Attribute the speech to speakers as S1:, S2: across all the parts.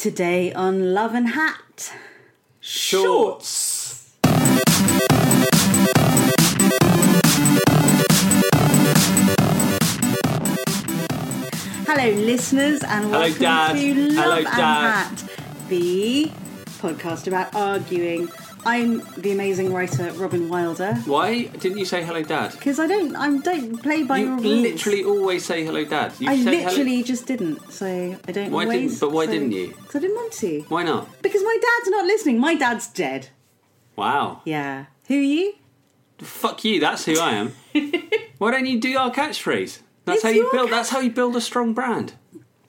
S1: Today on Love and Hat.
S2: Shorts.
S1: Hello, listeners, and welcome
S2: Dad.
S1: to Love
S2: Hello,
S1: and
S2: Dad.
S1: Hat, the podcast about arguing. I'm the amazing writer Robin Wilder
S2: Why didn't you say hello, Dad?
S1: because I don't I don't play by
S2: You
S1: your rules.
S2: literally always say hello, Dad. You
S1: I
S2: say hello-
S1: literally just didn't, so I don't.
S2: Why
S1: always,
S2: didn't- but why didn't you?
S1: Because I didn't want to.
S2: Why not?
S1: Because my dad's not listening. My dad's dead.
S2: Wow.
S1: Yeah. Who are you?
S2: Fuck you. That's who I am. Why don't you do our catchphrase? That's
S1: It's
S2: how you
S1: your
S2: build.
S1: catch-
S2: That's how you build a strong brand.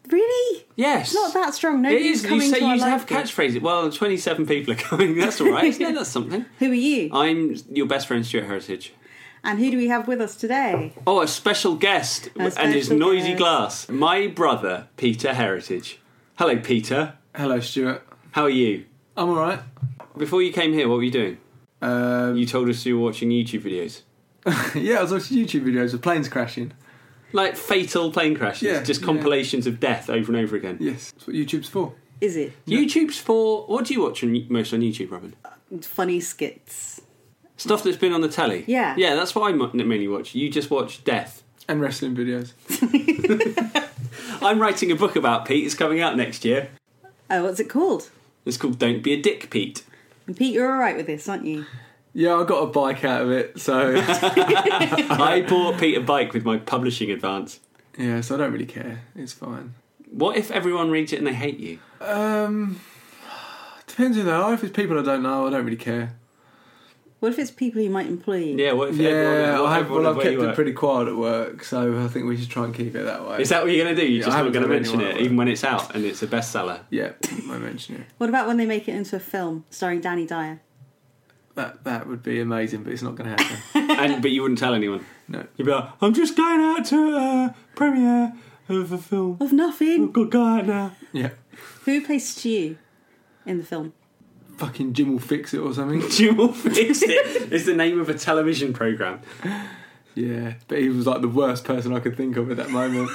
S1: Really?
S2: Yes.
S1: Not that strong.
S2: It
S1: Nobody's
S2: is. You
S1: coming
S2: say
S1: to our
S2: you have
S1: life.
S2: catchphrases. Well, twenty-seven people are coming. That's all right. yeah, that's something.
S1: Who are you?
S2: I'm your best friend, Stuart Heritage.
S1: And who do we have with us today?
S2: Oh, a special guest and his
S1: special
S2: noisy
S1: guest.
S2: glass. My brother, Peter Heritage. Hello, Peter.
S3: Hello, Stuart.
S2: How are you?
S3: I'm all right.
S2: Before you came here, what were you doing?
S3: Um,
S2: You told us you were watching YouTube videos.
S3: yeah, I was watching YouTube videos of planes crashing.
S2: Like fatal plane crashes,
S3: Yeah,
S2: just
S3: yeah.
S2: compilations of death over and over again.
S3: Yes, that's what YouTube's for.
S1: Is it
S2: YouTube's for. What do you watch on, most on YouTube, Robin?
S1: funny skits?
S2: Stuff that's been on the telly.
S1: Yeah.
S2: Yeah, that's what I mo- mainly watch. You just watch death.
S3: And wrestling videos.
S2: I'm writing a book about Pete. It's coming out next year.
S1: Oh, what's it called?
S2: It's called Don't Be a Dick, Pete.
S1: And Pete, you're all right with this, aren't you?
S3: Yeah, I got a bike out of it, so.
S2: I bought Pete a bike with my publishing advance.
S3: yeah, so I don't really care. It's fine.
S2: What if everyone reads it and they hate you?
S3: Um, depends who they are. If it's people I don't know, I don't really care.
S1: What if it's people who might employ you?
S2: Yeah, what if everyone,
S3: yeah,
S2: what
S3: I have,
S2: everyone
S3: well, I've
S2: where you
S3: kept
S2: work-
S3: it pretty quiet at work, so I think we should try and keep it that way.
S2: Is that what you're going to do? You're
S3: Yeah,
S2: just
S3: I
S2: not
S3: haven't
S2: going to
S3: told
S2: mention
S3: anyone
S2: it,
S3: about
S2: even when it's out and it's a bestseller.
S3: Yeah, I mention it.
S1: What about when they make it into a film starring Danny Dyer?
S3: That that would be amazing, but it's not going to happen.
S2: and, but you wouldn't tell anyone.
S3: No.
S2: You'd be like, I'm just going out to a premiere of a film.
S1: Of nothing.
S2: Good guy now.
S3: Yeah,
S1: Who plays Stu in the film?
S3: fucking Jim will fix it or something.
S2: Jim will fix it. Is the name of a television program.
S3: Yeah, but he was like the worst person I could think of at that moment.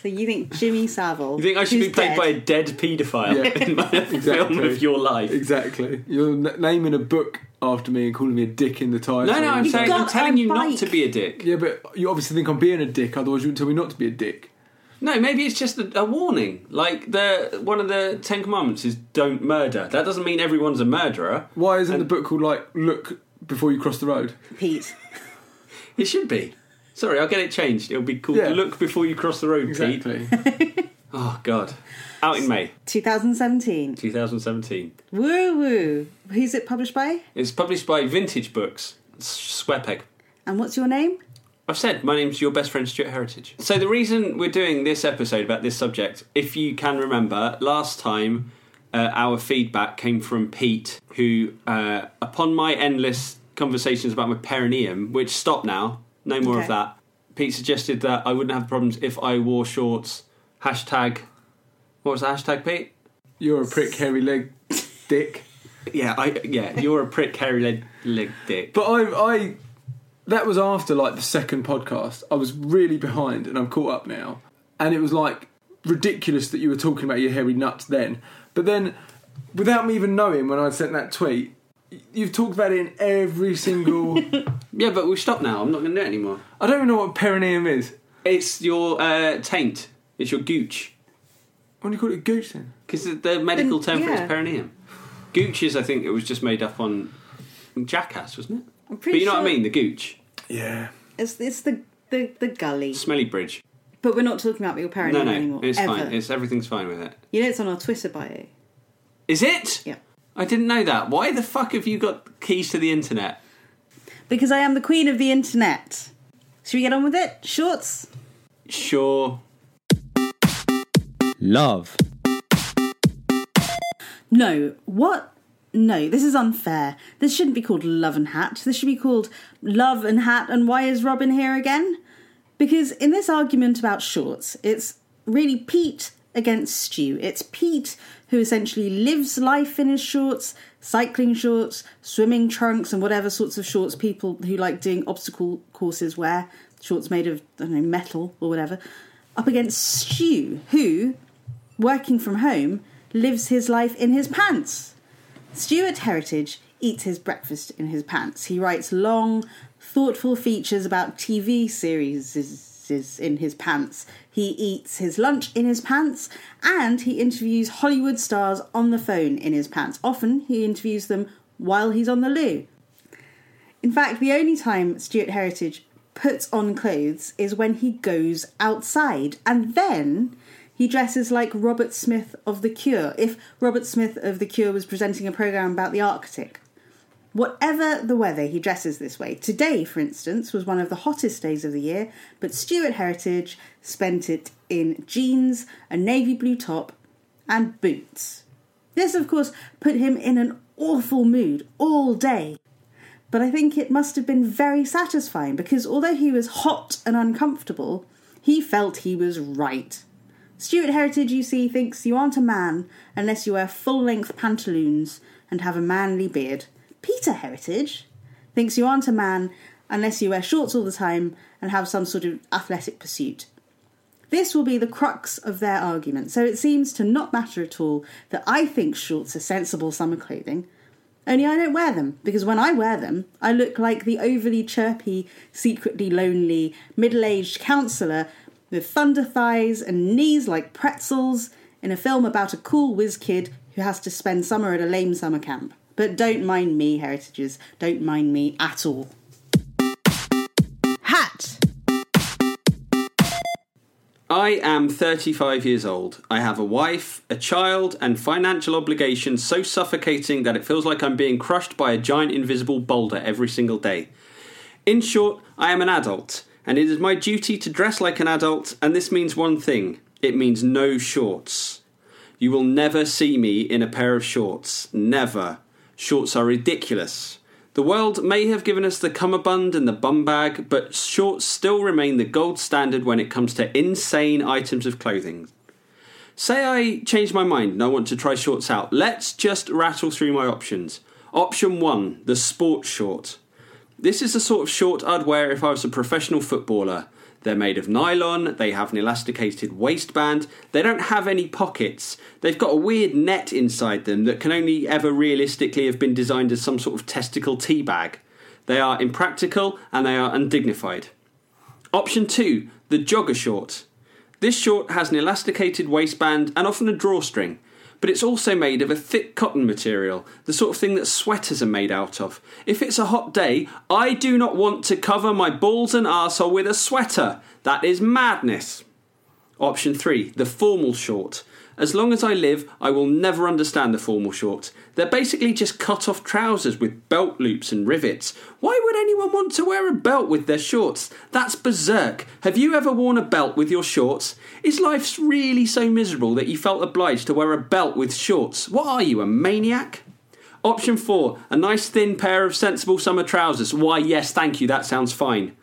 S1: So you think Jimmy Savile?
S2: You think I should
S1: who's
S2: be played
S1: dead-
S2: by a dead paedophile
S3: Yeah,
S2: in my film
S3: exactly.
S2: of your life?
S3: exactly. You're n- naming a book after me and calling me a dick in the title.
S2: No, no, I'm
S1: You
S2: saying I'm
S1: got
S2: telling
S1: a
S2: you not
S1: bike.
S2: to be a dick.
S3: Yeah, but you obviously think I'm being a dick, otherwise you wouldn't tell me not to be a dick.
S2: No, maybe it's just a, a warning. Like the one of the Ten Commandments is don't murder. That doesn't mean everyone's a murderer.
S3: Why isn't the book called, like, Look Before You Cross the Road?
S1: Pete.
S2: It should be. Sorry, I'll get it changed. It'll be called
S3: Yeah.
S2: Look Before You Cross the Road, Pete.
S3: Exactly.
S2: Oh, God. Out in May
S1: 2017.
S2: 2017.
S1: Woo woo. Who's it published by?
S2: It's published by Vintage Books, Sweatpeg.
S1: And what's your name?
S2: I've said my name's your best friend Stuart Heritage. So the reason we're doing this episode about this subject, if you can remember, last time uh, our feedback came from Pete, who, uh, upon my endless conversations about my perineum, which stop now, no more of
S1: Okay.
S2: that. Pete suggested that I wouldn't have problems if I wore shorts. Hashtag, what was the hashtag, Pete?
S3: You're a prick, hairy leg dick.
S2: Yeah, I yeah, you're a prick, hairy leg, leg dick.
S3: But I, I, that was after like the second podcast. I was really behind, and I'm caught up now. And it was like ridiculous that you were talking about your hairy nuts then. But then, without me even knowing, when I sent that tweet, y- you've talked about it in every single.
S2: yeah, but we've stopped now. I'm not going to do it anymore.
S3: I don't even know what perineum is.
S2: It's your uh, taint. It's your gooch.
S3: What do you call it, gooch then?
S2: Because the, the medical
S1: Then-
S2: term for it
S1: yeah.
S2: is perineum. Gooch is, I think, it was just made up on Jackass, wasn't it?
S1: I'm
S2: But
S1: pretty
S2: you know
S1: sure
S2: what I mean? The gooch.
S3: Yeah.
S1: It's, it's the, the, the gully.
S2: Smelly bridge.
S1: But we're not talking about your parent
S2: No, no,
S1: anymore.
S2: it's
S1: ever.
S2: fine. It's Everything's fine with it.
S1: You know it's on our Twitter bio.
S2: Is it?
S1: Yeah.
S2: I didn't know that. Why the fuck have you got keys to the internet?
S1: Because I am the queen of the internet. Should we get on with it? Shorts.
S2: Sure. Love.
S1: No. What? No, this is unfair. This shouldn't be called Love and Hat. This should be called Love and Hat. And why is Robin here again? Because in this argument about shorts, it's really Pete against Stu. It's Pete who essentially lives life in his shorts, cycling shorts, swimming trunks, and whatever sorts of shorts people who like doing obstacle courses wear, shorts made of, I don't know, metal or whatever, up against Stu, who working from home, lives his life in his pants. Stuart Heritage eats his breakfast in his pants. He writes long, thoughtful features about TV series in his pants. He eats his lunch in his pants, and he interviews Hollywood stars on the phone in his pants. Often he interviews them while he's on the loo. In fact, the only time Stuart Heritage puts on clothes is when he goes outside, and then he dresses like Robert Smith of The Cure, if Robert Smith of The Cure was presenting a programme about the Arctic. Whatever the weather, he dresses this way. Today, for instance, was one of the hottest days of the year, but Stuart Heritage spent it in jeans, a navy blue top, and boots. This, of course, put him in an awful mood all day but I think it must have been very satisfying because although he was hot and uncomfortable, he felt he was right. Stuart Heritage, you see, thinks you aren't a man unless you wear full length pantaloons and have a manly beard. Peter Heritage thinks you aren't a man unless you wear shorts all the time and have some sort of athletic pursuit. This will be the crux of their argument, so it seems to not matter at all that I think shorts are sensible summer clothing, only I don't wear them because when I wear them, I look like the overly chirpy, secretly lonely, middle aged counsellor with thunder thighs and knees like pretzels in a film about a cool whiz kid who has to spend summer at a lame summer camp. But don't mind me, Heritages, don't mind me at all. Hat!
S2: I am 35 years old. I have a wife, a child, and financial obligations so suffocating that it feels like I'm being crushed by a giant invisible boulder every single day. In short, I am an adult, and it is my duty to dress like an adult, and this means one thing it means no shorts. You will never see me in a pair of shorts. Never. Shorts are ridiculous. The world may have given us the cummerbund and the bum bag, but shorts still remain the gold standard when it comes to insane items of clothing. Say I change my mind and I want to try shorts out. Let's just rattle through my options. Option one, the sport short. This is the sort of short I'd wear if I was a professional footballer. They're made of nylon, they have an elasticated waistband, they don't have any pockets, they've got a weird net inside them that can only ever realistically have been designed as some sort of testicle tea bag. They are impractical and they are undignified. Option 2 the jogger short. This short has an elasticated waistband and often a drawstring, but it's also made of a thick cotton material, the sort of thing that sweaters are made out of. If it's a hot day, I do not want to cover my balls and arsehole with a sweater. That is madness. Option three, the formal short. As long as I live, I will never understand the formal short. They're basically just cut off trousers with belt loops and rivets. Why would anyone want to wear a belt with their shorts? That's berserk. Have you ever worn a belt with your shorts? Is life really so miserable that you felt obliged to wear a belt with shorts? What are you, a maniac? Option four, a nice thin pair of sensible summer trousers. Why, yes, thank you, that sounds fine.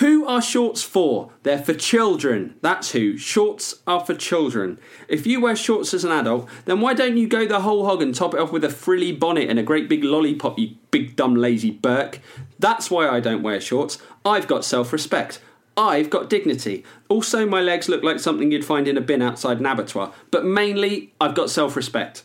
S2: Who are shorts for? They're for children. That's who. Shorts are for children. If you wear shorts as an adult, then why don't you go the whole hog and top it off with a frilly bonnet and a great big lollipop, you big dumb lazy Burke? That's why I don't wear shorts. I've got self respect. I've got dignity. Also, my legs look like something you'd find in a bin outside an abattoir, but mainly, I've got self respect.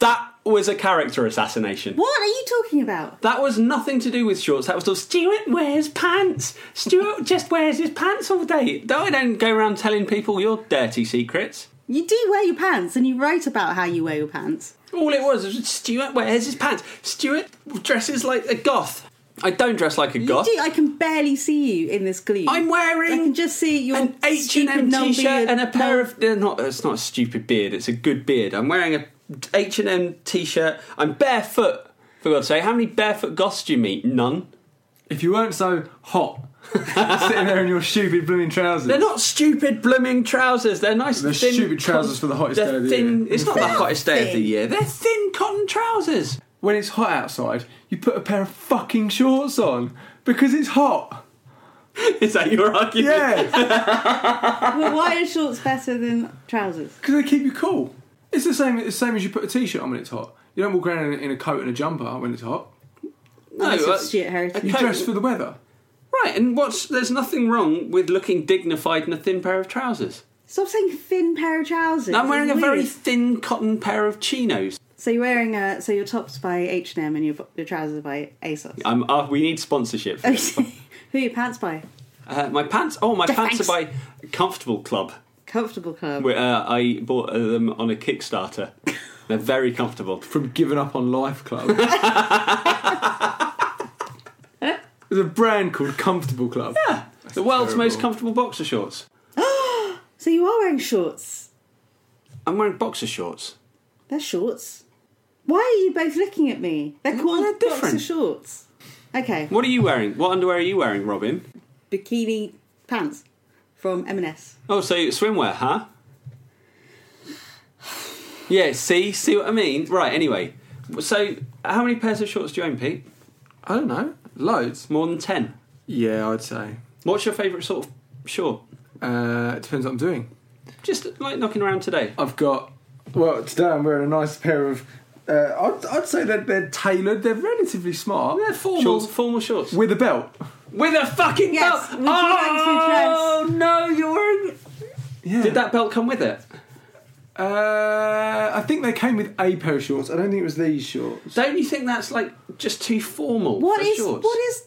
S2: That was a character assassination.
S1: What are you talking about?
S2: That was nothing to do with shorts. That was all Stuart wears pants. Stuart just wears his pants all day. Though I don't go around telling people your dirty secrets.
S1: You do wear your pants and you write about how you wear your pants.
S2: All it was was Stuart wears his pants. Stuart dresses like a goth. I don't dress like a
S1: You
S2: goth.
S1: do. I can barely see you in this gloom.
S2: I'm
S1: I can
S2: wearing
S1: just see your
S2: an H and M
S1: stupid non-beard-
S2: t-shirt and a pair
S1: no-
S2: of. they're Not it's not a stupid beard. It's a good beard. I'm wearing a H and M t-shirt. I'm barefoot. For God's sake, how many barefoot goths do you meet? None.
S3: If you weren't so hot, sitting there in your stupid blooming trousers.
S2: They're not stupid blooming trousers. They're nice
S3: They're
S2: thin
S3: stupid trousers for the hottest
S2: they're
S3: day of the
S2: thin,
S3: year.
S2: It's not the hottest day of the
S1: thin.
S2: year. They're thin cotton trousers.
S3: When it's hot outside, you put a pair of fucking shorts on because it's hot.
S2: Is that your argument?
S3: Yeah,
S1: Well, why are shorts better than trousers?
S3: because they keep you cool. It's the same. It's the same as you put a t-shirt on when it's hot. You don't walk around in, in a coat and a jumper when it's hot.
S1: choice
S2: No, I-
S1: of Stuart Heritage.
S3: You
S2: Okay.
S3: dress for the weather.
S2: Right, and what's there's nothing wrong with looking dignified in a thin pair of trousers.
S1: Stop saying thin pair of trousers.
S2: I'm wearing a
S1: It's
S2: very
S1: weird.
S2: thin cotton pair of chinos.
S1: So you're wearing a so your tops by H and M and your, bo- your trousers by ASOS.
S3: Um,
S2: I'm, uh, we need sponsorship. For this.
S1: Okay. Who are your pants by?
S2: Uh, my pants. Oh, my pants are by Comfortable Club.
S1: Comfortable Club.
S2: Where, uh, I bought uh, them on a Kickstarter. They're very comfortable.
S3: from Giving Up on Life Club. There's a brand called Comfortable Club.
S2: Yeah, the world's
S3: terrible.
S2: most comfortable boxer shorts.
S1: So you are wearing shorts.
S2: I'm wearing boxer shorts.
S1: They're shorts. Why are you both looking at me? They're called
S2: they're
S1: boxer
S2: different.
S1: shorts. Okay,
S2: What are you wearing? What underwear are you wearing, Robin?
S1: bikini pants from M&S.
S2: Oh, so swimwear, huh? Yeah, see, see what I mean? Right, anyway. So, how many pairs of shorts do you own, Pete?
S3: I don't know. Loads.
S2: More than 10.
S3: Yeah, I'd say.
S2: What's your favourite sort of short?
S3: Uh, it depends what I'm doing.
S2: Just like knocking around today.
S3: I've got. Well, today I'm wearing a nice pair of. Uh, I'd, I'd say that they're tailored. They're relatively smart.
S2: They're formal,
S3: Shorts
S2: formal shorts. With,
S3: with a belt.
S2: a fucking
S1: Yes,
S2: belt!
S1: would you like
S2: oh, no, you're wearing.
S3: Yeah.
S2: Did that belt come with it?
S3: Uh, I think they came with a pair of shorts. I don't think it was these shorts.
S2: Don't you think that's like just too formal
S1: What
S2: for
S1: is
S2: shorts?
S1: what is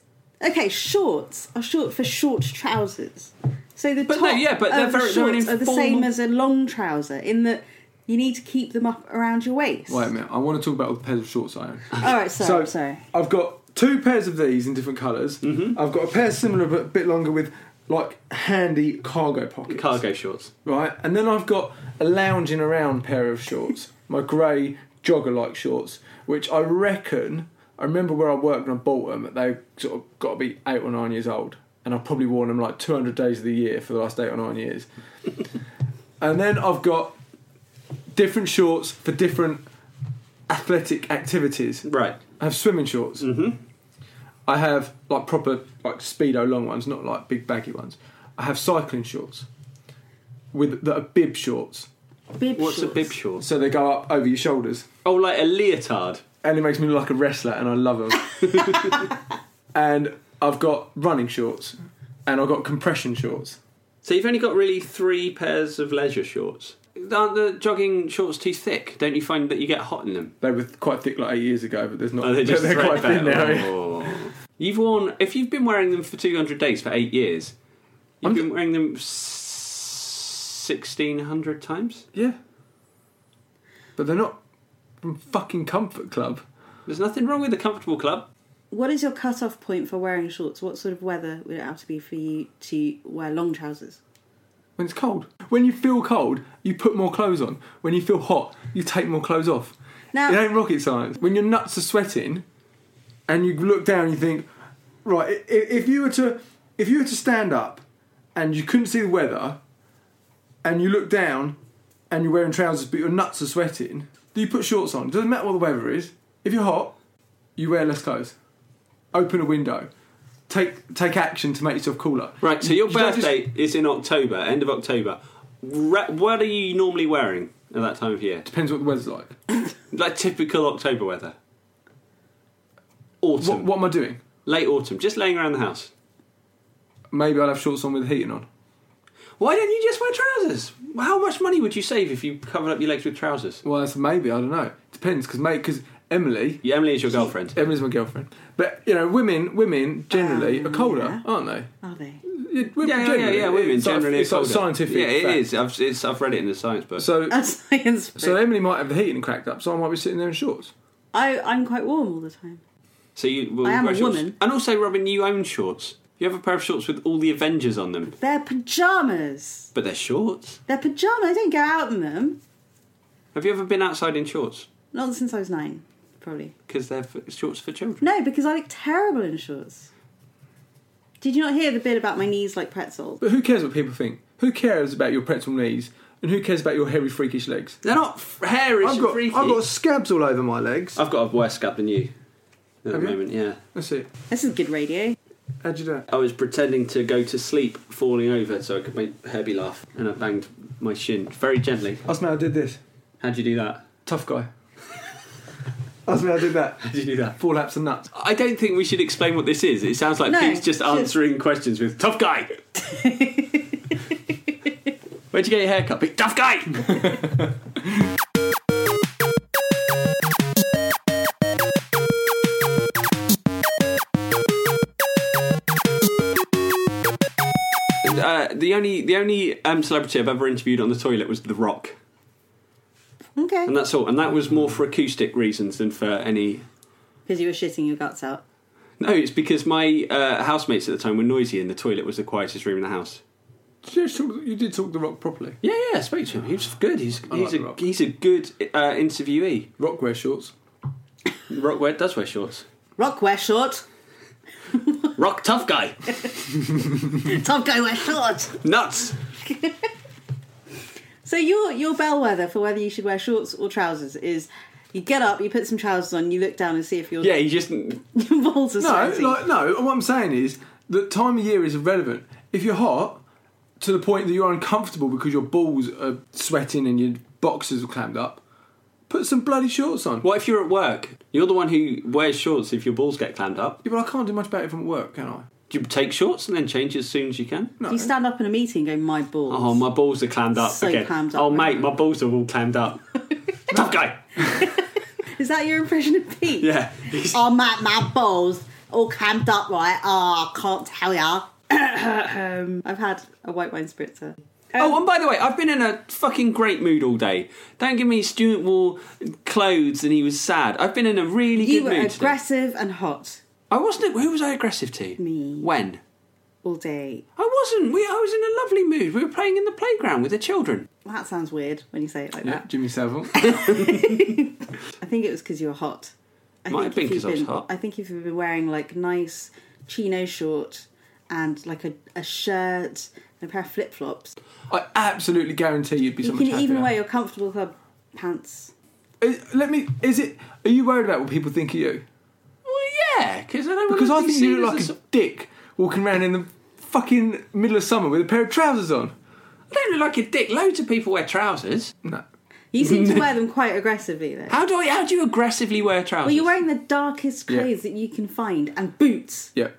S1: Okay, shorts are short for short trousers. So the
S2: But
S1: top
S2: no, yeah, but they're
S1: of the
S2: very- they're an
S1: shorts are the
S2: informal-
S1: same as a long trouser in that you need to keep them up around your waist.
S3: Wait a minute. I want to talk about all the pairs of shorts I own.
S1: All right, sorry,
S3: So
S1: I'm sorry.
S3: I've got two pairs of these in different colors Mm-hmm. I've got a pair similar but a bit longer with like handy cargo pockets.
S2: Cargo shorts.
S3: Right, and then I've got a lounging around pair of shorts, my grey jogger like shorts, which I reckon I remember where I worked and I bought them. They sort of got to be eight or nine years old, and I've probably worn them like 200 days of the year for the last eight or nine years. and then I've got different shorts for different athletic activities.
S2: Right.
S3: I have swimming shorts. Mm-hmm. I have like proper like speedo long ones, not like big baggy ones. I have cycling shorts with that are bib shorts,
S1: Bib
S2: What's
S1: shorts.
S2: a bib short?
S3: so they go up over your shoulders,
S2: Oh, like a leotard.
S3: and it makes me look like a wrestler, and I love them. and I've got running shorts, and I've got compression shorts.
S2: So you've only got really three pairs of leisure shorts. Aren't the jogging shorts too thick? Don't you find that you get hot in them?
S3: They were quite thick like eight years ago, but there's not.
S2: Oh, they're just
S3: they're quite thin now.
S2: threadbare. Oh. You've worn if you've been wearing them for 200 days for eight years. You've
S3: I'm
S2: been wearing them s- 1600 times.
S3: Yeah, but they're not from fucking Comfort Club.
S2: There's nothing wrong with the comfortable club.
S1: What is your cut-off point for wearing shorts? What sort of weather would it have to be for you to wear long trousers?
S3: When it's cold. When you feel cold, you put more clothes on. When you feel hot, you take more clothes off.
S1: Now-
S3: it ain't rocket science. When your nuts are sweating, and you look down, you think, right. i- i- If you were to, if you were to stand up, and you couldn't see the weather, and you look down, and you're wearing trousers, but your nuts are sweating, do you put shorts on? Doesn't matter what the weather is. If you're hot, you wear less clothes. Open a window. Take take action to make yourself cooler.
S2: Right, so your
S3: You don't just-
S2: birthday is in October, end of October. Re- what are you normally wearing at that time of year?
S3: depends what the weather's like.
S2: Like typical October weather. Autumn.
S3: What, what am I doing?
S2: Late autumn, just laying around the house.
S3: Maybe I'll have shorts on with heating on.
S2: Why don't you just wear trousers? How much money would you save if you covered up your legs with trousers?
S3: Well, that's maybe I don't know. Depends, because mate, because Emily,
S2: Yeah, Emily is your girlfriend.
S3: Emily's my girlfriend. But you know, women, women generally
S1: Um,
S3: are colder,
S1: yeah.
S3: aren't they?
S1: Are they?
S3: Yeah, women
S2: yeah, yeah, yeah,
S3: generally.
S2: yeah, women
S3: It's like-
S2: generally. are
S3: it's like
S2: colder.
S3: scientific.
S2: Yeah, it
S3: fact.
S2: is. I've, it's, I've read it in the science book.
S3: So,
S1: That's science.
S3: so Emily might have the heating cracked up, so I might be sitting there in shorts.
S1: I, I'm quite warm all the time.
S2: so you, will
S1: I am
S2: wear
S1: a
S2: shorts.
S1: woman.
S2: And also, Robin, you own shorts. You have a pair of shorts with all the Avengers on them,
S1: They're pajamas.
S2: but they're shorts.
S1: They're pajamas. I don't go out in them.
S2: Have you ever been outside in shorts?
S1: Not since I was nine, probably.
S2: Because they're f- shorts for children.
S1: No, because I look terrible in shorts. Did you not hear the bit about my knees like pretzels?
S3: But who cares what people think? Who cares about your pretzel knees? And who cares about your hairy, freakish legs?
S2: They're not f- hairish
S3: I've
S2: and
S3: got,
S2: freaky.
S3: I've got scabs all over my legs.
S2: I've got a worse scab than you at
S3: Have
S2: the
S3: you?
S2: moment, yeah.
S3: That's it.
S1: This is good radio.
S3: How'd you do that?
S2: I was pretending to go to sleep, falling over, so I could make Herbie laugh, and I banged my shin very gently.
S3: Us now did this.
S2: How'd you do that?
S3: Tough guy. That's when I did that.
S2: How did you do that?
S3: Four laps and nuts.
S2: I don't think we should explain what this is. It sounds like
S1: No,
S2: Pete's just
S1: just-
S2: answering questions with tough guy. Where'd you get your haircut, Pete? Tough guy. Uh, the only the only um, celebrity I've ever interviewed on the toilet was The Rock,
S1: Okay.
S2: and that's all. And that was more for acoustic reasons than for any
S1: Because you were shitting your guts out.
S2: No, it's because my uh, housemates at the time were noisy, and the toilet was the quietest room in the house.
S3: You, talk, you did talk the rock properly.
S2: Yeah, yeah, I spoke to him. He was good. He's
S3: I
S2: he's
S3: like The
S2: a
S3: Rock.
S2: he's a good uh, interviewee.
S3: Rock wear shorts.
S2: Rock wear, does wear shorts.
S1: Rock wear short.
S2: Rock tough guy.
S1: Tough guy wear short.
S2: Nuts.
S1: So your your bellwether for whether you should wear shorts or trousers is you get up, you put some trousers on, you look down and see if your
S2: Yeah, he just yeah.
S1: your balls are
S3: No,
S1: sweaty.
S3: like, no. What I'm saying is that time of year is irrelevant. If you're hot to the point that you're uncomfortable because your balls are sweating and your boxers are clammed up, put some bloody shorts on.
S2: What if you're at work? You're the one who wears shorts if your balls get clammed up.
S3: Yeah, but I can't do much about it from work, can I?
S2: Do you take shorts and then change as soon as you can?
S3: No.
S1: You stand up in a meeting going, my balls.
S2: Oh, my balls are clammed up
S1: So
S2: again.
S1: clammed up.
S2: oh, mate, my balls are all clammed up. tough guy.
S1: Is that your impression of Pete?
S2: Uh-huh. Yeah.
S1: Oh, my, my balls all clammed up, right? Oh, I can't tell ya. I've had a white wine spritzer.
S2: Oh, and by the way, I've been in a fucking great mood all day. Don't give me Stuart wore clothes and he was sad. I've been in a really
S1: You
S2: good
S1: were
S2: mood today.
S1: aggressive and hot
S2: I wasn't. Who was I aggressive to?
S1: Me.
S2: When?
S1: all day.
S2: I wasn't. We. I was in a lovely mood. We were playing in the playground with the children.
S1: That sounds weird when you say it like
S3: Yeah,
S1: that.
S3: Jimmy Savile.
S1: I think it was because you were hot. I think
S2: Might have been
S1: if you've
S2: 'cause I was hot.
S1: I think if you've been wearing like nice chino short and like a, a shirt and a pair of flip flops,
S3: I absolutely guarantee you'd be so
S1: you
S3: much
S1: can
S3: happier.
S1: even wear your comfortable club pants.
S3: Is- Let me. Is it? Are you worried about what people think of you?
S2: Well, yeah, because I don't.
S3: Because
S2: want
S3: I
S2: to
S3: think
S2: be
S3: you
S2: seen
S3: look
S2: as
S3: like
S2: a
S3: a
S2: s-
S3: dick walking around in the fucking middle of summer with a pair of trousers on.
S2: I don't look like a dick. Loads of people wear trousers.
S3: No.
S1: You seem to wear them quite aggressively though.
S2: How do I? How do you aggressively wear trousers?
S1: Well, you're wearing the darkest
S3: Yeah.
S1: clothes that you can find and boots.
S3: Yeah.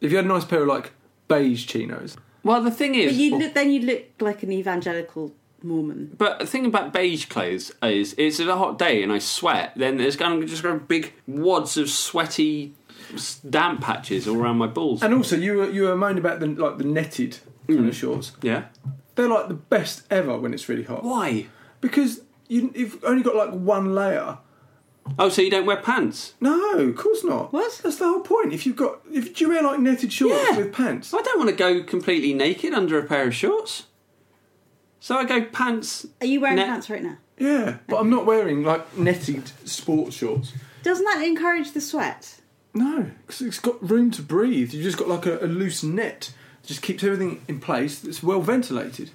S3: If you had a nice pair of like beige chinos,
S2: Well, the thing is,
S1: But you look, then you look like an evangelical Mormon.
S2: But the thing about beige clothes is, it's a hot day and I sweat. Then there's going to just go big wads of sweaty s- damp patches all around my balls.
S3: and also you were you were moaning about the like the netted kind of shorts.
S2: yeah.
S3: They're like the best ever when it's really hot
S2: Why?
S3: because you, you've only got like one layer.
S2: Oh, so you don't wear pants?
S3: No, of course not.
S1: What?
S3: That's the whole point. If you've got if do you wear like netted shorts
S2: Yeah.
S3: with pants,
S2: I don't want to go completely naked under a pair of shorts. So I go pants.
S1: Are you wearing
S2: No.
S1: pants right now?
S3: yeah. But I'm not wearing like netted sports shorts.
S1: Doesn't that encourage the sweat?
S3: No, because it's got room to breathe. You've just got like a, a loose net. It just keeps everything in place. It's well ventilated.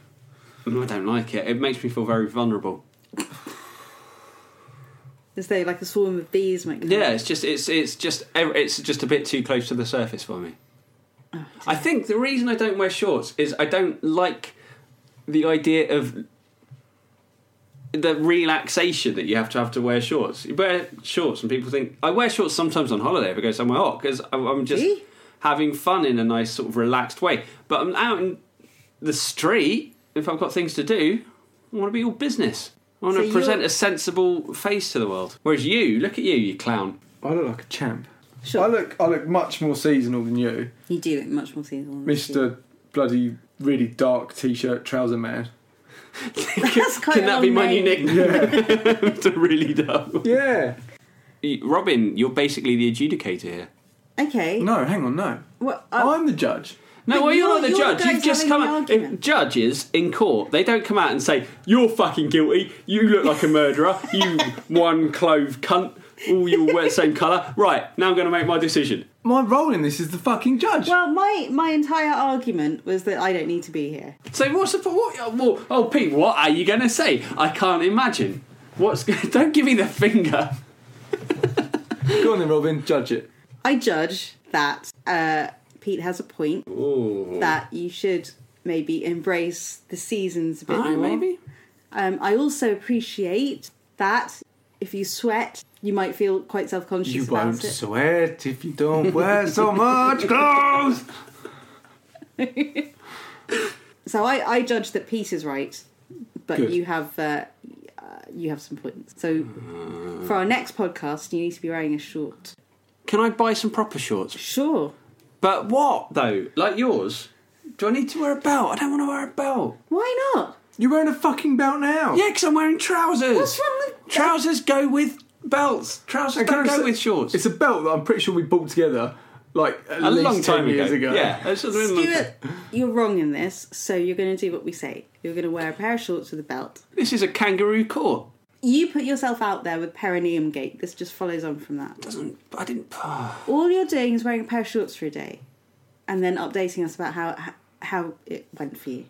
S2: Mm, I don't like it. It makes me feel very vulnerable.
S1: As though like a swarm of bees might come.
S2: Yeah, it's just it's it's just ev- it's just a bit too close to the surface for me. I think the reason I don't wear shorts is I don't like the idea of the relaxation that you have to have to wear shorts. You wear shorts and people think I wear shorts sometimes on holiday if I go somewhere hot because I'm just
S1: See?
S2: having fun in a nice sort of relaxed way. But I'm out in the street if I've got things to do. I want to be all business. I want
S1: So
S2: to
S1: you're-
S2: present a sensible face to the world. Whereas you, look at you, you clown.
S3: I look like a champ.
S1: Sure.
S3: I look I look much more seasonal than you,
S1: You do look much more seasonal. than you.
S3: Mister Bloody really dark T-shirt trouser man.
S1: That's quite
S2: Can
S1: a
S2: that
S1: long
S2: be my
S1: name.
S2: new nickname? to really dumb.
S3: Yeah.
S2: Robin, you're basically the adjudicator here.
S1: Okay.
S3: No, hang on, no.
S1: Well, uh, I-
S3: I'm the judge.
S2: No,
S1: But
S2: well, you're,
S1: you're-
S2: not
S1: you're
S2: the
S1: the
S2: judge.
S1: guys
S2: You've just
S1: having
S2: come
S1: the
S2: out.
S1: argument.
S2: if Judges in court, they don't come out and say, You're fucking guilty. You look like a murderer. you one clove cunt. All you wear the same colour. Right, now I'm going to make my decision.
S3: My role in this is the fucking judge.
S1: well, my my entire argument was that I don't need to be here.
S2: So, what's the. What, oh, oh, Pete, what are you going to say? I can't imagine. What's. Don't give me the finger.
S3: Go on then, Robin, judge it.
S1: I judge that uh, Pete has a point
S2: Ooh.
S1: that you should maybe embrace the seasons a bit
S2: All right,
S1: more.
S2: maybe.
S1: Um, I also appreciate that if you sweat, you might feel quite self conscious.
S3: You
S1: about
S3: won't
S1: it.
S3: sweat if you don't wear so much clothes.
S1: So I, I judge that Pete is right, but
S3: Good.
S1: you have uh, uh, you have some points. So for our next podcast, you need to be wearing a short.
S2: Can I buy some proper shorts?
S1: Sure.
S2: But what though? Like yours? Do I need to wear a belt? I don't want to wear a belt.
S1: Why not?
S3: You're wearing a fucking belt now.
S2: Yeah, because I'm wearing trousers.
S1: What's wrong with
S2: trousers? Go with belts. Trousers
S3: And can I
S2: don't
S3: just
S2: go
S3: say-
S2: with shorts.
S3: It's a belt that I'm pretty sure we bought together like at
S2: a
S3: least
S2: long
S3: 10
S2: time ago.
S3: years ago.
S2: Yeah, it's just a minimum-
S1: Stuart, you're wrong in this, so you're going to do what we say. You're going to wear a pair of shorts with a belt.
S2: This is a kangaroo court.
S1: You put yourself out there with perineum gate. This just follows on from that.
S2: Doesn't I didn't.
S1: All you're doing is wearing a pair of shorts for a day, and then updating us about how how it went for you.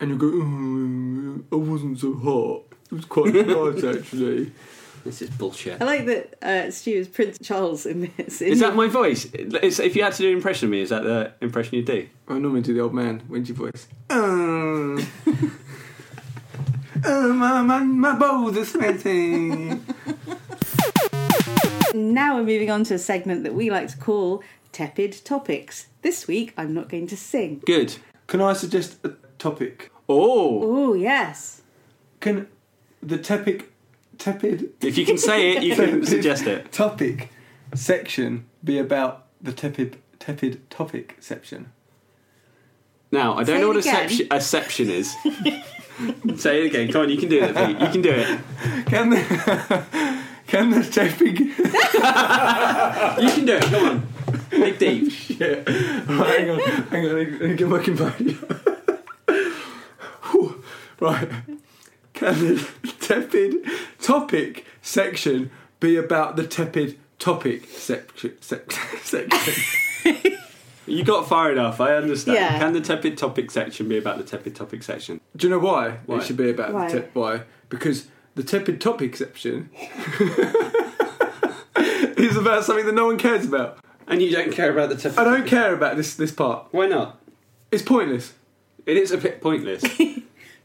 S3: And you go, "Mm, I wasn't so hot. It was quite nice actually.
S2: This is bullshit.
S1: I like that uh, Stu is Prince Charles in this.
S2: Is that my voice? It's, if you had to do an impression of me, is that the impression you do?
S3: I normally do the old man, whingy voice. Oh, oh my, my, my balls are sweating.
S1: Now we're moving on to a segment that we like to call Tepid Topics. This week I'm not going to sing.
S2: Good.
S3: Can I suggest a topic?
S2: Oh,
S1: Oh, yes.
S3: Can the tepic, tepid
S2: if you can say it, you can suggest it.
S3: topic section be about the tepid tepid topic section?
S2: Now I don't
S1: Say
S2: know what
S1: it again.
S2: acception, acception is. say it again. Come on, you can do it, Pete. You can do it.
S3: Can the can the tepid
S2: You can do it. Come on. Big deep.
S3: yeah? Right, hang on, hang on, let me- let me get my composure. Whew, right, can the tepid topic section be about the tepid topic section section?
S2: You got far enough. I understand.
S1: Yeah.
S2: Can the tepid topic section be about the tepid topic section?
S3: Do you know why,
S2: Why?
S3: it should be about
S1: Why?
S3: the tip? Why? Because the tepid topic section is about something that no one cares about.
S2: And you don't care about the tepid.
S3: I don't care about this this part.
S2: Why not?
S3: It's pointless.
S2: It is a bit pointless.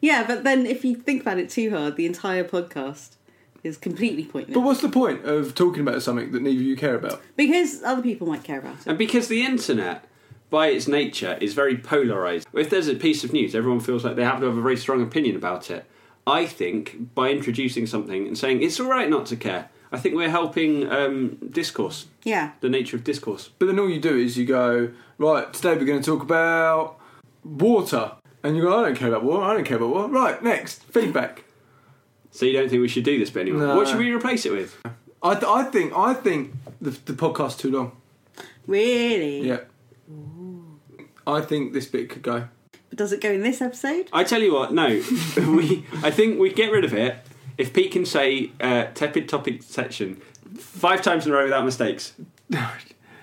S1: Yeah, but then if you think about it too hard, the entire podcast is completely pointless.
S3: But what's the point of talking about something that neither of you care about?
S1: because other people might care about it.
S2: And because the internet, by its nature, is very polarised. If there's a piece of news, everyone feels like they have to have a very strong opinion about it. I think by introducing something and saying it's all right not to care, I think we're helping um, discourse,
S1: Yeah.
S2: the nature of discourse.
S3: But then all you do is you go, right, today we're going to talk about water. And you go, I don't care about water, I don't care about water. Right, next, feedback.
S2: So you don't think we should do this bit anymore?
S3: No.
S2: What should we replace it with?
S3: I, th- I think I think the, the podcast's too long.
S1: Really?
S3: Yeah. I think this bit could go.
S1: But does it go in this episode?
S2: I tell you what, no, we. I think we get rid of it if Pete can say uh, tepid topic section five times in a row without mistakes,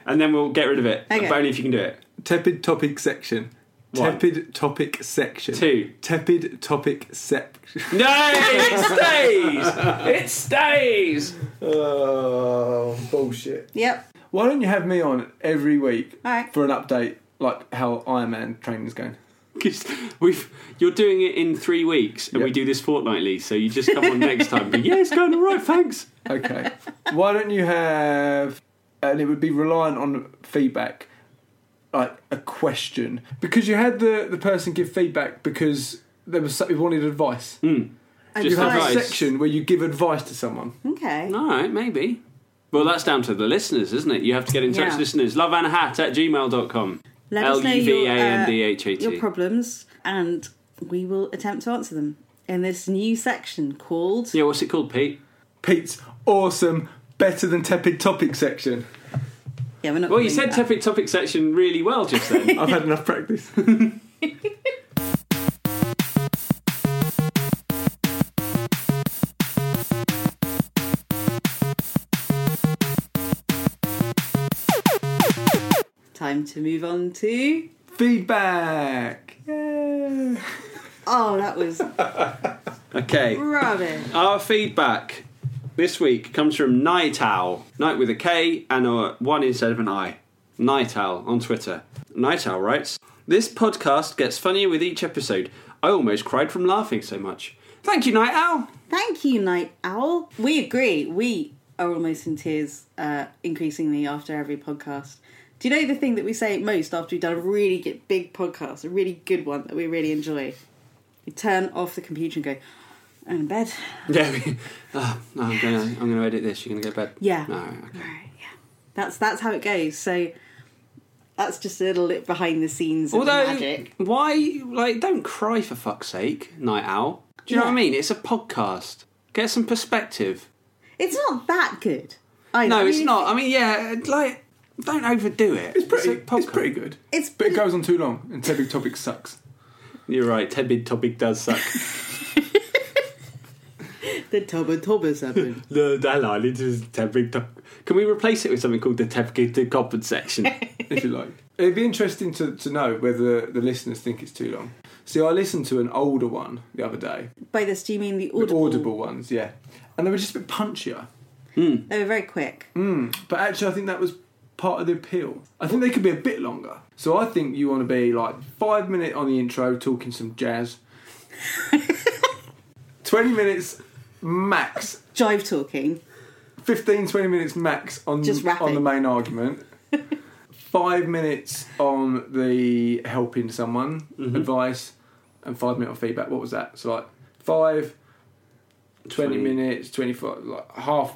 S2: and then we'll get rid of it.
S1: Okay.
S2: But only if you can do it.
S3: Tepid topic section.
S2: One.
S3: Tepid topic section.
S2: Two.
S3: Tepid topic section.
S2: No, it stays. It stays.
S3: Oh, bullshit.
S1: Yep.
S3: Why don't you have me on every week
S1: Alright.
S3: for an update, like how Iron Man training is going?
S2: Because we've you're doing it in three weeks, and we
S3: Yeah.
S2: do this fortnightly. So you just come on next time. But yeah, it's going all right. Thanks.
S3: Okay. Why don't you have, and it would be reliant on feedback, like a question, because you had the the person give feedback because there was something wanted advice. You
S2: Just
S3: have
S2: advice.
S3: a section where you give advice to someone.
S1: Okay.
S2: All right, maybe. Well, that's down to the listeners, isn't it? You have to get in touch,
S1: Yeah.
S2: listeners. Loveandhat at gmail.com.
S1: Let us know your, uh,
S2: L-U-V-A-N-D-H-A-T.
S1: your problems, and we will attempt to answer them in this new section called
S2: Yeah, what's it called, Pete?
S3: Pete's awesome, better than tepid topic section.
S1: Yeah, we're not
S2: Well, you
S1: doing
S2: said
S1: that.
S2: topic topic section really well just then.
S3: I've had enough practice.
S1: Time to move on to.
S3: feedback. Yeah.
S1: Oh, that was
S2: okay.
S1: rubbish.
S2: Our feedback this week comes from Night Owl. Night with a K and a one instead of an I. Night Owl on Twitter. Night Owl writes This podcast gets funnier with each episode. I almost cried from laughing so much. Thank you, Night Owl.
S1: Thank you, Night Owl. We agree. We are almost in tears uh, increasingly after every podcast. Do you know the thing that we say most after we've done a really good, big podcast, a really good one that we really enjoy? We turn off the computer and go, I'm in bed.
S2: Yeah. we- oh, no, I'm gonna I'm gonna edit this. You're gonna go to bed.
S1: Yeah.
S2: No. Okay.
S1: Right, yeah. That's that's how it goes. So that's just a little bit behind the scenes of
S2: Although,
S1: magic.
S2: why like don't cry for fuck's sake, Night Owl? Do you know
S1: Yeah.
S2: what I mean? It's a podcast. Get some perspective.
S1: It's not that good. I
S2: No,
S1: I mean,
S2: it's not. I mean, yeah, like don't overdo it.
S3: It's pretty.
S2: a
S3: It's pretty good.
S1: It's
S3: but it goes on too long, and Tebby topic sucks.
S2: You're right. Tebid topic does suck.
S1: The Tubba Tubba's happened.
S2: the Dalai it is Tebid topic. Can we replace it with something called the Tebid Coppard section?
S3: if you like. It'd be interesting to, to know whether the listeners think it's too long. See, I listened to an older one the other day,
S1: By this, do you mean the
S3: the
S1: audible?
S3: audible ones, yeah, and they were just a bit punchier.
S1: They were Oh, very quick.
S3: Mm. But actually, I think that was part of the appeal. I think they could be a bit longer. So I think you want to be like five minute on the intro, talking some jazz, twenty minutes max,
S1: Jive talking.
S3: 15, 20 minutes max on
S1: Just rapping.
S3: on the main argument. five minutes on the helping someone advice, and five minute on feedback. What was that? So like five, 20,
S2: Twenty.
S3: minutes, twenty five, like half,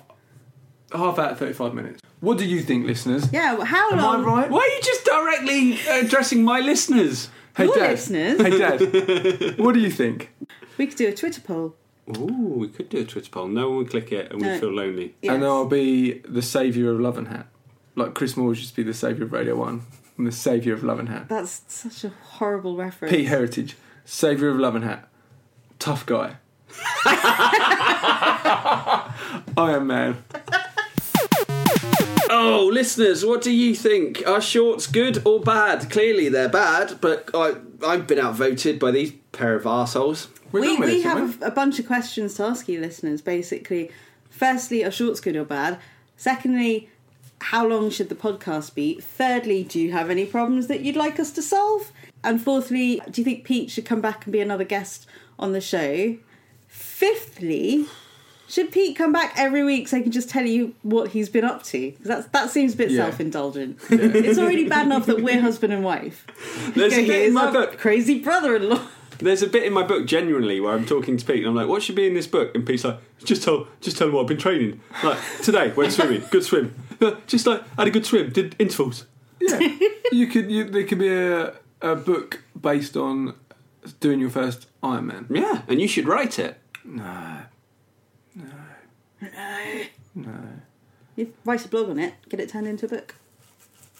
S3: half out of thirty five minutes. What do you think, listeners?
S1: Yeah, well, how
S3: Am I
S1: long?
S3: right?
S2: Why are you just directly addressing my listeners?
S3: Hey,
S1: Your
S3: Dad.
S1: listeners.
S3: Hey, Dad. what do you think?
S1: We could do a Twitter poll.
S2: Ooh, we could do a Twitter poll. No one would click it, and we
S1: No.
S2: feel lonely.
S1: Yes.
S3: And I'll be the saviour of Love and Hat, like Chris Moore used to be the saviour of Radio One. I'm the saviour of Love and Hat.
S1: That's such a horrible reference.
S3: Pete Heritage, saviour of Love and Hat, tough guy. Iron Man.
S2: Oh, listeners, what do you think? Are shorts good or bad? Clearly, they're bad, but I, I've been outvoted by these pair of arseholes.
S3: We're
S1: we
S3: done with
S1: we
S3: this, aren't
S1: have a, a bunch of questions to ask you, listeners. Basically, firstly, are shorts good or bad? Secondly, how long should the podcast be? Thirdly, do you have any problems that you'd like us to solve? And fourthly, do you think Pete should come back and be another guest on the show? Fifthly, should Pete come back every week so he can just tell you what he's been up to? 'Cause that's that seems a bit
S3: Yeah.
S1: self-indulgent. it's already bad enough that we're husband and wife.
S2: There's a, bit
S1: Here's
S2: in my
S1: our
S2: book,
S1: crazy brother-in-law.
S2: there's a bit in my book genuinely where I'm talking to Pete and I'm like, what should be in this book? And Pete's like, just tell just tell him what I've been training. Like, today, went swimming, good swim. Uh, Just like, had a good swim, did intervals.
S3: Yeah, you could. You, there could be a, a book based on doing your first Iron Man.
S2: Yeah, and you should write it.
S3: No, no.
S1: You write a blog on it, get it turned into a book.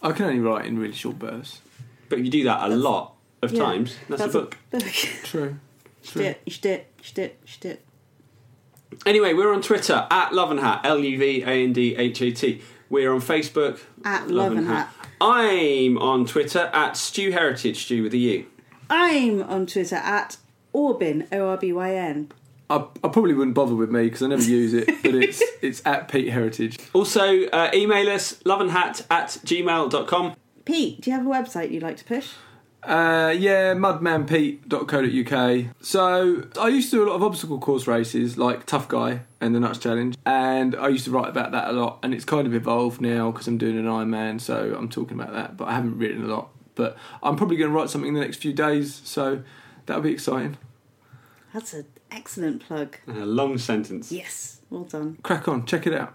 S3: I can only write in really short bursts.
S2: But if you do that a lot of
S1: Yeah.
S2: times, that's, a book.
S3: True.
S1: Shit, it, you should do it, you should do it, you should do it.
S2: Anyway, we're on Twitter at Love and Hat, L U V A N D H A T. We're on Facebook
S1: At Love and
S2: I'm on Twitter at Stu Heritage, Stu with a U.
S1: I'm on Twitter at Orbin, O R B Y N.
S3: I, I probably wouldn't bother with me because I never use it, but it's it's at Pete Heritage.
S2: Also, uh, email us loveandhat at gmail.com.
S1: Pete, do you have a website you'd like to push?
S3: Uh, yeah, mudmanpete.co.uk. So I used to do a lot of obstacle course races, like Tough Guy and the Nuts Challenge, and I used to write about that a lot. And it's kind of evolved now because I'm doing an Ironman, so I'm talking about that. But I haven't written a lot, but I'm probably going to write something in the next few days, so that'll be exciting.
S1: That's an excellent plug.
S2: And a long sentence.
S1: Yes, well done.
S3: Crack on, check it out.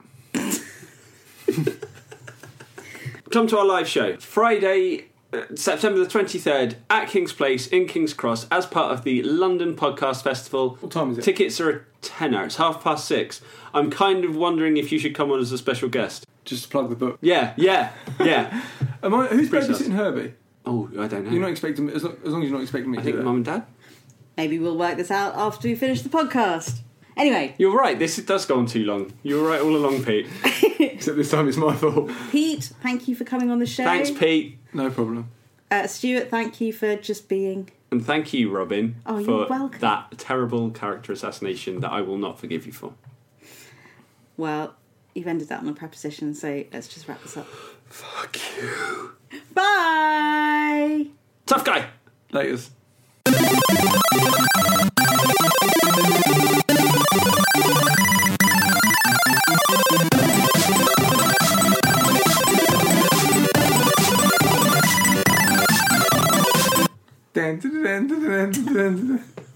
S2: Come to our live show Friday, uh, September the 23rd at King's Place in King's Cross as part of the London Podcast Festival.
S3: What time is it?
S2: Tickets are a tenner, it's half past six. I'm kind of wondering if you should come on as a special guest.
S3: Just to plug the book.
S2: Yeah, yeah, yeah.
S3: Am I, who's
S2: Pretty sus.
S3: babysitting Herbie?
S2: oh, I don't know.
S3: You're not expecting me, as long as, long as you're not expecting me to
S2: I think
S3: do that.
S2: mum and dad.
S1: Maybe we'll work this out after we finish the podcast. Anyway,
S2: You're right. This does go on too long. You were right all along, Pete.
S3: Except this time it's my fault.
S1: Pete, thank you for coming on the show.
S2: Thanks, Pete,
S3: No problem.
S1: Uh, Stuart, thank you for just being.
S2: and thank you, Robin,
S1: Oh,
S2: for
S1: you're welcome.
S2: that terrible character assassination that I will not forgive you for.
S1: Well, you've ended that on a preposition, so let's just wrap this up.
S2: Fuck you,
S1: Bye!
S2: tough guy.
S3: Laters. Dun, dun, dun, dun, dun, dun, dun, dun.